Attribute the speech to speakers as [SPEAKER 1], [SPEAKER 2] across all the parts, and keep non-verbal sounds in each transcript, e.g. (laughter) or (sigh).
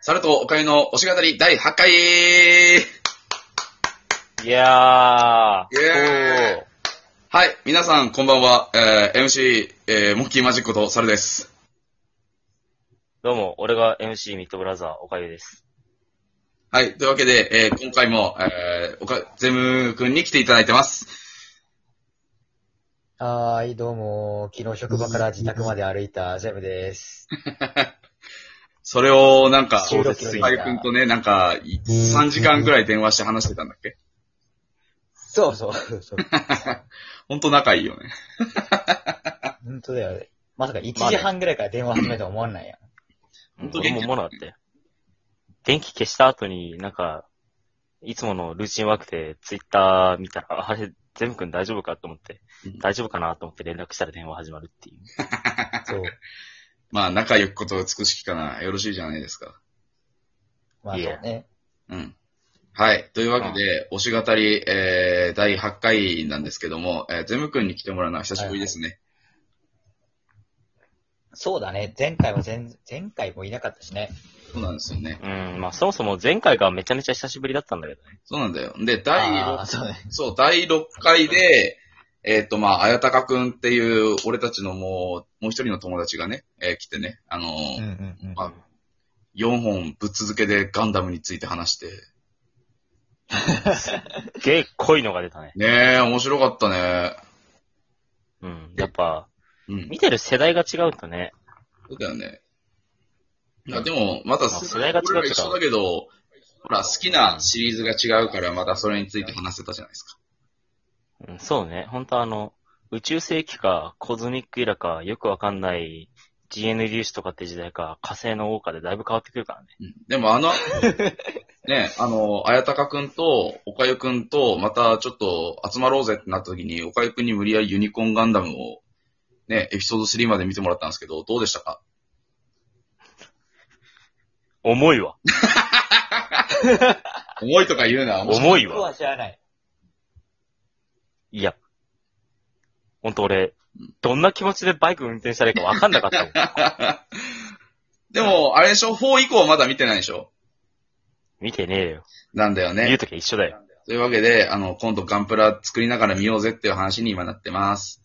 [SPEAKER 1] 猿とおかゆの推し語り第8回イエーイ
[SPEAKER 2] いやー。
[SPEAKER 1] イエーイはい、皆さんこんばんは。えー、MC、えー、モッキーマジックと猿です。
[SPEAKER 2] どうも、俺が MC ミッドブラザー、おかゆです。
[SPEAKER 1] はい、というわけで、えー、今回も、えー、おか、ゼムくんに来ていただいてます。
[SPEAKER 3] はーい、どうも、昨日職場から自宅まで歩いたジェムです。
[SPEAKER 1] それをなんか、
[SPEAKER 3] 収録
[SPEAKER 1] おかゆくんとね、なんか、い3時間ぐらい電話して話してたんだっけ
[SPEAKER 3] そうそう、そう。
[SPEAKER 1] ほんと仲いいよね。
[SPEAKER 3] (laughs) 本当だよね。まさか1時半ぐらいから電話始めたと思わないやん。
[SPEAKER 1] ほんと
[SPEAKER 2] 俺
[SPEAKER 1] 元
[SPEAKER 2] も
[SPEAKER 1] 気
[SPEAKER 2] もらって。電気消した後に、なんか、いつものルーチンワークで、ツイッター見たら、あれ、ゼム君大丈夫かと思って
[SPEAKER 1] うん、
[SPEAKER 2] 大丈夫かなと思って連絡したら電話始まるっていう。
[SPEAKER 3] (laughs) そう。
[SPEAKER 1] まあ、仲良くこと美しきかな。よろしいじゃないですか。
[SPEAKER 3] まあそうね。
[SPEAKER 1] うん。はい。というわけで、推し語り、えー、第8回なんですけども、えー、ゼムくんに来てもらうのは久しぶりですね。
[SPEAKER 3] そうだね。前回も前、前回もいなかったしね。
[SPEAKER 1] そうなんですよね。
[SPEAKER 2] うん、まあそもそも前回がめちゃめちゃ久しぶりだったんだけどね。
[SPEAKER 1] そうなんだよ。で、第
[SPEAKER 3] あ
[SPEAKER 1] 6
[SPEAKER 3] ー、そうね。
[SPEAKER 1] そう、第6回で、えっ、と、まあ、あやたかくんっていう、俺たちのもう、もう一人の友達がね、えー来てね、あの
[SPEAKER 3] うん
[SPEAKER 1] ー、
[SPEAKER 3] うんうん。
[SPEAKER 1] あ4本ぶっ続けでガンダムについて話して、
[SPEAKER 2] げえ濃いのが出たね。
[SPEAKER 1] ねえ、面白かったね。
[SPEAKER 2] うん。やっぱ、
[SPEAKER 1] うん。
[SPEAKER 2] 見てる世代が違うとね、
[SPEAKER 1] そうだよね。いや、でも、また
[SPEAKER 2] あ世代が違う
[SPEAKER 1] 俺ら一緒だけど、ほら、好きなシリーズが違うから、またそれについて話せたじゃないですか。
[SPEAKER 2] うん、そうね。本当あの、宇宙世紀か、コズミックイラか、よくわかんない、GN 粒子とかって時代か、火星の王かでだいぶ変わってくるからね。
[SPEAKER 1] うんでも、あ (laughs) の、ね、あの、あやたかくんと、おかゆくんと、またちょっと集まろうぜってなった時に、おかゆくんに無理やりユニコーンガンダムを、ね、エピソード3まで見てもらったんですけど、どうでしたか
[SPEAKER 2] 重いわ。
[SPEAKER 1] 重いとか言うな、面白い
[SPEAKER 2] 重い
[SPEAKER 3] 僕は
[SPEAKER 2] わ。
[SPEAKER 3] 知らない。 (laughs)
[SPEAKER 2] いや。ほんと俺、どんな気持ちでバイク運転したらいいかわかんなかったもん。 (laughs)
[SPEAKER 1] でも、あれでしょ ?4 以降はまだ見てないでしょ
[SPEAKER 2] 見てねえよ。
[SPEAKER 1] なんだよね。
[SPEAKER 2] 言うときは一緒だよ。
[SPEAKER 1] というわけで、あの、今度ガンプラ作りながら見ようぜっていう話に今なってます。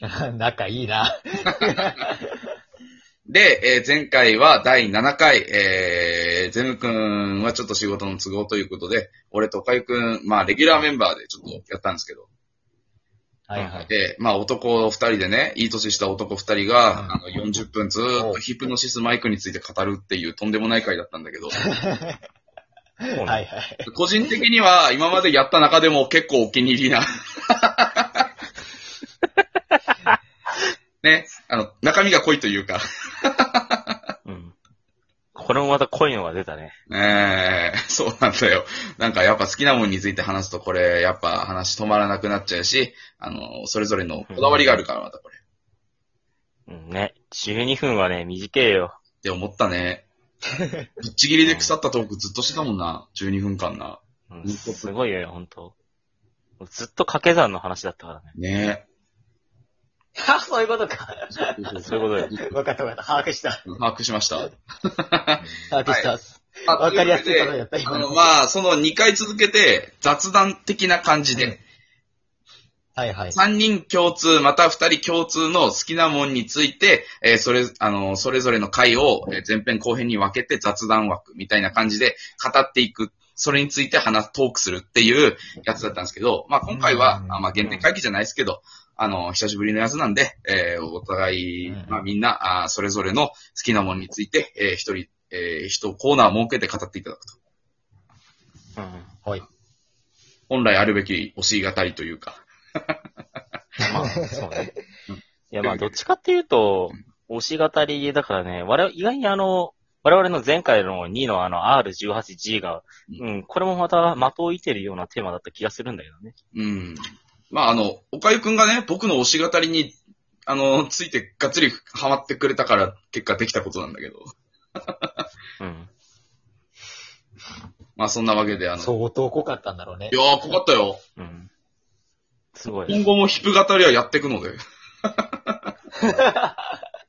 [SPEAKER 3] 仲いいな。
[SPEAKER 1] で、えー前回は第7回、えー、ゼム君はちょっと仕事の都合ということで、俺とおかゆくん、まあ、レギュラーメンバーでちょっとやったんですけど、
[SPEAKER 3] はいはい。
[SPEAKER 1] で、まあ、男2人でね、いい年した男2人が、
[SPEAKER 3] うん
[SPEAKER 1] あの、40分ずーっとヒプノシスマイクについて語るっていうとんでもない回だったんだ
[SPEAKER 3] (laughs)
[SPEAKER 1] けど、
[SPEAKER 2] そう
[SPEAKER 3] はい
[SPEAKER 2] ね。
[SPEAKER 3] はい。
[SPEAKER 1] 個人的には今までやった中でも結構お気に入り
[SPEAKER 3] (laughs)
[SPEAKER 1] な。ね、あの、中身が濃いというか、
[SPEAKER 2] うん。これもまた濃いのが出たね。
[SPEAKER 1] ええ (laughs) そうなんだよ。なんかやっぱ好きなものについて話すとこれ、やっぱ話止まらなくなっちゃうし、あの、それぞれのこだわりがあるからまたこれ。っ
[SPEAKER 2] うんね。12分はね、短えよ。
[SPEAKER 1] て思った
[SPEAKER 3] (laughs)
[SPEAKER 1] ね。ぶっちぎりで腐ったトークずっとしてたもんな。12分間な。
[SPEAKER 2] うん、すごいよ、ほんと。ずっと掛け算の話だったからね。
[SPEAKER 1] ね
[SPEAKER 3] あ、 (laughs) そういうことか。
[SPEAKER 1] え。
[SPEAKER 2] そういうこと
[SPEAKER 3] 分かった分かった。把握した。
[SPEAKER 1] 把握しました。
[SPEAKER 3] 把握した。
[SPEAKER 1] あ
[SPEAKER 3] わかりやすい
[SPEAKER 1] とう
[SPEAKER 3] 例え
[SPEAKER 1] わ
[SPEAKER 3] や
[SPEAKER 1] け
[SPEAKER 3] った
[SPEAKER 1] で
[SPEAKER 3] 今
[SPEAKER 1] あの、まあ、その2回続けて雑談的な感じ
[SPEAKER 3] うん
[SPEAKER 1] で、
[SPEAKER 3] はいはい。
[SPEAKER 1] 3人共通、また2人共通の好きなもんについて、えーそれ、あの、それぞれの回をえー前編後編に分けて雑談枠みたいな感じで語っていく。それについて話、トークするっていうやつだったんですけど、まあ今回は
[SPEAKER 3] う、ん
[SPEAKER 1] あまあ限定会議じゃないですけど、あの、久しぶりのやつなんで、えーお互い
[SPEAKER 3] うん、
[SPEAKER 1] まあみんな、あーそれぞれの好きなものについて、えー一人、えー一コーナー設けて語っていただくと。
[SPEAKER 2] うん。
[SPEAKER 3] はい。
[SPEAKER 1] 本来あるべき推し語りというか。
[SPEAKER 2] まあ、
[SPEAKER 1] (laughs)
[SPEAKER 2] そうね
[SPEAKER 1] うん。
[SPEAKER 2] いや、まあ、どっちかっていうと、推し語りだからね、我々、意外にあの、我々の前回の2のあの R18G が、うん、これもまた的を射てるようなテーマだった気がするんだけどね。
[SPEAKER 1] うん。まあ、あの、おかゆくんがね、僕の推し語りに、あの、ついてがっつりハマってくれたから、結果できたことなんだけど。
[SPEAKER 2] うん。
[SPEAKER 1] まあ、そんなわけで、あの、
[SPEAKER 3] 相当濃かったんだろうね
[SPEAKER 1] い。やー、濃かったよ。
[SPEAKER 2] うん。すごいで
[SPEAKER 1] 今
[SPEAKER 2] す。
[SPEAKER 1] 後もヒップ語りはやっていくので。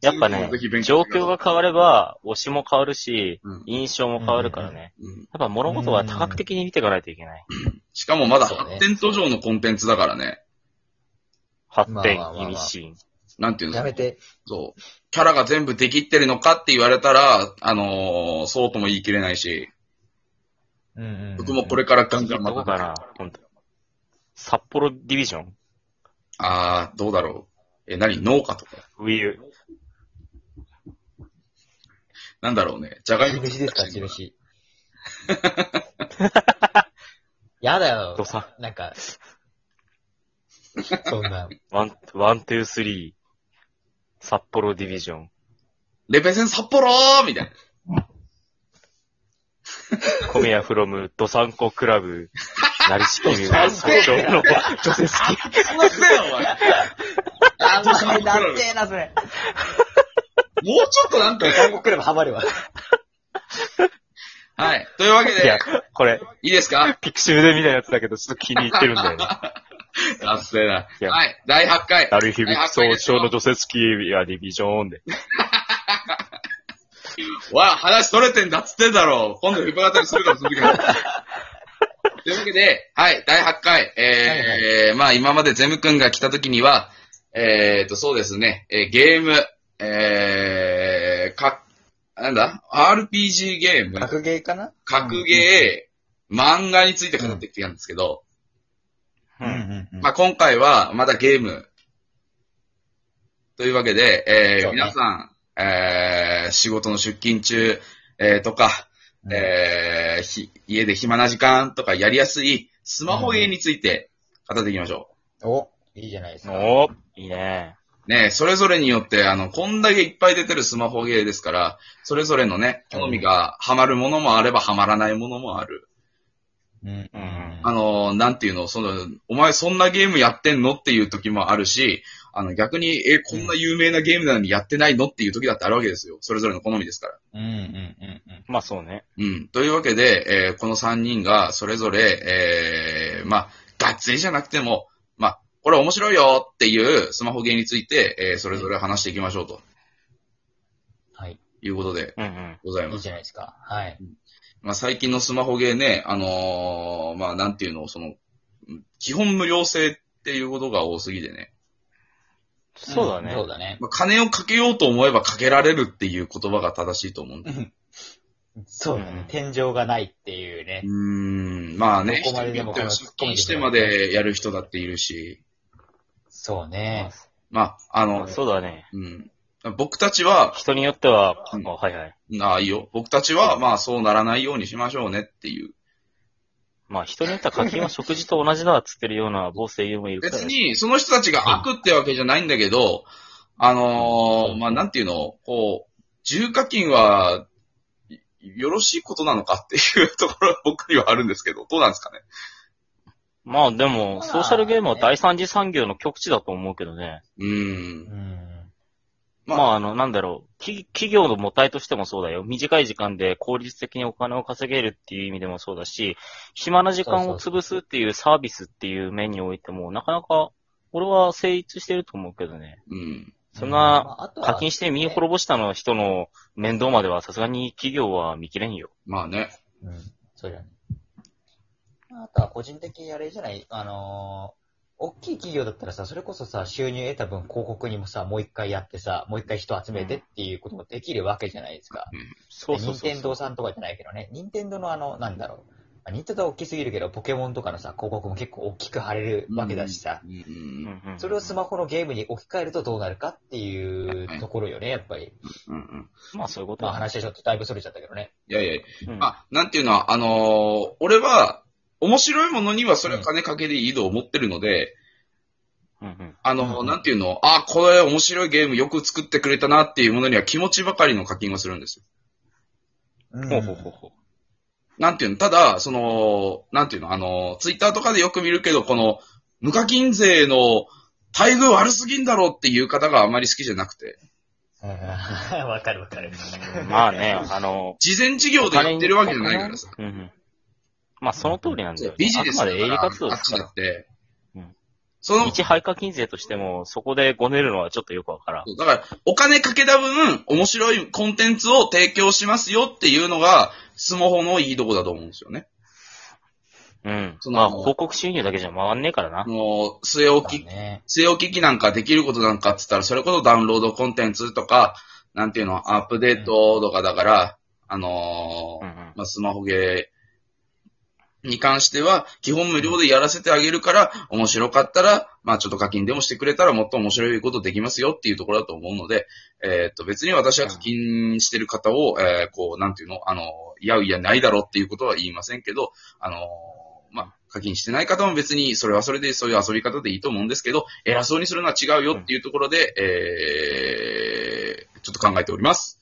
[SPEAKER 2] やっぱね
[SPEAKER 1] ぜひ勉、強
[SPEAKER 2] 状
[SPEAKER 1] してください
[SPEAKER 2] 況が変われば、推しも変わるし、
[SPEAKER 1] うん
[SPEAKER 2] 印象も変わるからね。
[SPEAKER 1] うん
[SPEAKER 2] やっぱ物事は多角的に見ていかないといけない。
[SPEAKER 1] しかもまだ
[SPEAKER 3] そうね
[SPEAKER 1] 発展途上のコンテンツだからね。
[SPEAKER 2] 発展
[SPEAKER 3] まあまあ、まあ
[SPEAKER 2] 意
[SPEAKER 3] まあ
[SPEAKER 2] 味深。
[SPEAKER 1] なんていう
[SPEAKER 3] や
[SPEAKER 1] の
[SPEAKER 3] めて。
[SPEAKER 1] そう。キャラが全部できってるのかって言われたら、あのーそうとも言い切れないし、
[SPEAKER 3] うんうんうん
[SPEAKER 1] 僕もこれからガン
[SPEAKER 2] 次
[SPEAKER 1] ガン
[SPEAKER 2] ど
[SPEAKER 1] ま
[SPEAKER 2] こ
[SPEAKER 1] た
[SPEAKER 2] かな本当札幌ディビジョン
[SPEAKER 1] あー、どうだろう。え、何農家とか。
[SPEAKER 2] ウィル。
[SPEAKER 1] なんだろうね。じゃがいも。
[SPEAKER 3] 印ですか、 (laughs) 印。やだよ
[SPEAKER 2] ド。サ。
[SPEAKER 3] なんか、そんな。
[SPEAKER 2] ワン、ワン、ツー、スリー。札幌ディビジョン。
[SPEAKER 1] レペゼン札幌ーみたいな。
[SPEAKER 2] 小宮フロム、ドサンコクラブ。なりしきみは、
[SPEAKER 1] サンコ
[SPEAKER 2] 最初の女性好き。
[SPEAKER 1] そんなすよ、お前。
[SPEAKER 3] あ、
[SPEAKER 1] ドサンコクラブ
[SPEAKER 3] なんてえな、それ。
[SPEAKER 1] もうちょっとなんか。
[SPEAKER 3] 韓国クラブハマるわ。
[SPEAKER 1] はい。というわけ
[SPEAKER 2] いや
[SPEAKER 1] で、、
[SPEAKER 2] これ、
[SPEAKER 1] いいですか
[SPEAKER 2] ピクシブで見たやつだけど、ちょっと気に入ってるん
[SPEAKER 3] (laughs)
[SPEAKER 2] だよね。
[SPEAKER 1] あっせーな。
[SPEAKER 2] いや
[SPEAKER 1] はい。第8回。
[SPEAKER 2] 鳴る響く総称の女性好き、いや、ディビジョンで。
[SPEAKER 1] わあ、話取れてんだっつってんだろう。今度、ヒップ語りするかもしれないけど。というわけで、はい、第8回、えーえーまあ今までゼム君が来た時には、えーと、そうですね、えーゲーム、えー、か、なんだ ?RPG ゲーム、
[SPEAKER 3] (laughs) 格ゲーかな
[SPEAKER 1] 格ゲー、漫画について語ってきてたんですけど、
[SPEAKER 3] うんうんうん。
[SPEAKER 1] まあ今回はまだゲーム、というわけで、えー
[SPEAKER 3] そうね
[SPEAKER 1] 皆さん、えー仕事の出勤中、えーとか、えーひ、家で暇な時間とかやりやすいスマホゲーについて語っていきましょ
[SPEAKER 3] お、いいじゃないですか。
[SPEAKER 2] おーいいね。
[SPEAKER 1] う。ねそれぞれによって、あの、こんだけいっぱい出てるスマホゲーですから、それぞれのね、好みがハマるものもあればハマらないものもある。
[SPEAKER 3] うんうん
[SPEAKER 1] あの、なんていうの、その、お前そんなゲームやってんのっていう時もあるし、あの、逆に、え、こんな有名なゲームなのにやってないのっていう時だってあるわけですよ。それぞれの好みですから。
[SPEAKER 3] うんうんうん。
[SPEAKER 2] まあそうね。
[SPEAKER 1] うん。というわけで、えーこの3人がそれぞれ、えーまあ、がっつりじゃなくても、まあ、これ面白いよっていうスマホゲーについて、えーそれぞれ話していきましょうと
[SPEAKER 3] はい。
[SPEAKER 1] いうことで
[SPEAKER 2] うんうん。
[SPEAKER 1] ござい
[SPEAKER 3] いい
[SPEAKER 1] ます。
[SPEAKER 3] じゃないですか。はい。
[SPEAKER 1] まあ、最近のスマホゲーね、あのーまあ、なんていうの、その、基本無料制っていうことが多すぎてね。
[SPEAKER 2] そうだね。
[SPEAKER 3] んそうだね。
[SPEAKER 1] まあ、金をかけようと思えばかけられるっていう言葉が正しいと思うんだ。
[SPEAKER 3] そうだ
[SPEAKER 2] うん
[SPEAKER 3] ね。天井がないっていう
[SPEAKER 1] う
[SPEAKER 3] ね。
[SPEAKER 1] ーん、まあね、
[SPEAKER 3] どこまでで
[SPEAKER 1] 人によ
[SPEAKER 3] も
[SPEAKER 1] っては出勤してまでやる人だっているし、
[SPEAKER 3] そうね。
[SPEAKER 1] まあ、あ
[SPEAKER 2] まあ
[SPEAKER 1] の、
[SPEAKER 2] そうだね。
[SPEAKER 1] うん。僕たちは、
[SPEAKER 2] 人によっては、
[SPEAKER 1] うん
[SPEAKER 2] あはいはい。
[SPEAKER 1] ああ、いいよ。僕たちは、まあ、そうならないようにしましょうねっていう。
[SPEAKER 2] まあ人によっては課金は食事と同じだっつってるような某声優もいるから。
[SPEAKER 1] 別に、その人たちが悪ってわけじゃないんだけど、あのーまあ、なんていうの、こう、重課金は、いよろしいことなのかっていうところは僕にはあるんですけど、どうなんですかね。
[SPEAKER 2] まあでも、ソーシャルゲームは第三次産業の極致だと思うけどね。
[SPEAKER 1] うーん。
[SPEAKER 3] うん。
[SPEAKER 1] ま
[SPEAKER 2] ま
[SPEAKER 1] あ
[SPEAKER 2] ああの、なんだろう。企企業の母体としてもそうだよ。短い時間で効率的にお金を稼げるっていう意味でもそうだし、暇な時間を潰すっていうサービスっていう面においても、なかなか、俺は成立してると思うけどね。
[SPEAKER 1] うん。
[SPEAKER 2] そん
[SPEAKER 3] ま
[SPEAKER 2] な、
[SPEAKER 3] ああとは
[SPEAKER 2] 課金して身を滅ぼしたの人の面倒まではさすがに企業は見切れんよ。
[SPEAKER 1] まあね。
[SPEAKER 3] うん、そうだね。あとは個人的にあれじゃない、あのー大きい企業だったらさ、それこそさ、収入得た分広告にもさ、もう一回やってさ、もう一回人集めてっていうこともできるわけじゃないですか。
[SPEAKER 2] そう
[SPEAKER 3] で
[SPEAKER 2] そう
[SPEAKER 3] 任
[SPEAKER 2] そう
[SPEAKER 3] 天堂さんとかじゃないけどね、任天堂のあの、なんだろう。まあ任天堂は大きすぎるけど、ポケモンとかのさ、広告も結構大きく貼れるわけだしさ
[SPEAKER 1] う、んう
[SPEAKER 2] うん
[SPEAKER 1] ん
[SPEAKER 2] うんうん
[SPEAKER 3] それをスマホのゲームに置き換えるとどうなるかっていうところよね、やっぱり。
[SPEAKER 1] うんうん。
[SPEAKER 2] まあそういうこと
[SPEAKER 3] まあ
[SPEAKER 2] だね。
[SPEAKER 3] 話はちょっとだいぶ逸れちゃったけどね。
[SPEAKER 1] いやいやいや、
[SPEAKER 2] うん
[SPEAKER 1] まあ、なんていうのは、あのー俺は、面白いものにはそれは金かけでいいと思ってるので、
[SPEAKER 2] うんうん
[SPEAKER 1] あ
[SPEAKER 3] うん
[SPEAKER 1] の、
[SPEAKER 3] うん
[SPEAKER 1] なんていうのあ、これ面白いゲームよく作ってくれたなっていうものには気持ちばかりの課金をするんですよ。
[SPEAKER 3] うん
[SPEAKER 2] ほうほうほうほう。
[SPEAKER 1] なんていうのただ、その、なんていうのあの、ツイッターとかでよく見るけど、この、無課金税の待遇悪すぎんだろうっていう方があまり好きじゃなくて、
[SPEAKER 3] うん (laughs) わかるわかる。
[SPEAKER 2] まあね、あの、
[SPEAKER 1] 事前事業でやってるわけじゃないからさ。
[SPEAKER 2] うんうん。まあその通りなんだよ、ね。
[SPEAKER 1] ビジネス
[SPEAKER 2] あ
[SPEAKER 1] だか
[SPEAKER 2] くまで営利
[SPEAKER 1] ら
[SPEAKER 2] 活動
[SPEAKER 1] あ
[SPEAKER 2] だ
[SPEAKER 1] っちだ
[SPEAKER 2] か
[SPEAKER 1] って
[SPEAKER 2] うん、
[SPEAKER 1] その、
[SPEAKER 2] 一廃課金税としても、そこでごねるのはちょっとよくわからん。
[SPEAKER 1] だから、お金かけた分、面白いコンテンツを提供しますよっていうのが、スマホのいいとこだと思うんですよね。
[SPEAKER 2] うん。
[SPEAKER 1] その
[SPEAKER 2] まあ、広告収入だけじゃ回んねえからな。
[SPEAKER 1] もう、据え置き、
[SPEAKER 3] ね。
[SPEAKER 1] 据え置き機なんかできることなんかって言ったら、それこそダウンロードコンテンツとか、なんていうの、アップデートとかだから、あのー
[SPEAKER 2] うんうん。
[SPEAKER 1] まあ、スマホゲーに関しては、基本無料でやらせてあげるから、面白かったら、まあ、ちょっと課金でもしてくれたら、もっと面白いことできますよっていうところだと思うので、えーっと、別に私は課金してる方を、えーこう、なんていうの、あの、いやいやないだろっていうことは言いませんけど、あの、まあ、課金してない方も別に、それはそれでそういう遊び方でいいと思うんですけど、偉そうにするのは違うよっていうところで、えー、ちょっと考えております。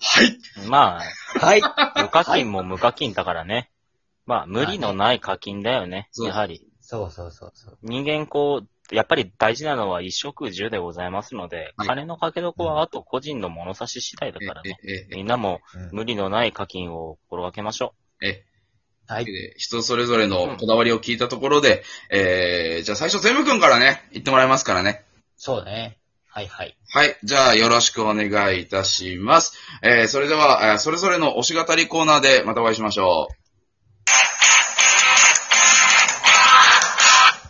[SPEAKER 1] はい
[SPEAKER 2] まあ、
[SPEAKER 3] はい。
[SPEAKER 2] 無課金も無課金だからね。まあ、無理のない課金だよね。
[SPEAKER 1] そう
[SPEAKER 2] やはり。
[SPEAKER 3] そうそうそうそう。
[SPEAKER 2] 人間こう、やっぱり大事なのは一食十でございますので、
[SPEAKER 1] はい
[SPEAKER 2] 金のかけどこはあと個人の物差し次第だからね。
[SPEAKER 1] ええええ
[SPEAKER 2] みんなも
[SPEAKER 3] うん
[SPEAKER 2] 無理のない課金を心がけましょ
[SPEAKER 1] え
[SPEAKER 3] は
[SPEAKER 1] と
[SPEAKER 3] い。
[SPEAKER 1] いうわけで人それぞれのこだわりを聞いたところで、えー、じゃあ最初ゼム君からね、言ってもらいますからね。
[SPEAKER 3] そうね。はいはい。
[SPEAKER 1] はい。じゃあ、よろしくお願いいたします。えー、それでは、えーそれぞれの推し語りコーナーでまたお会いしましょう。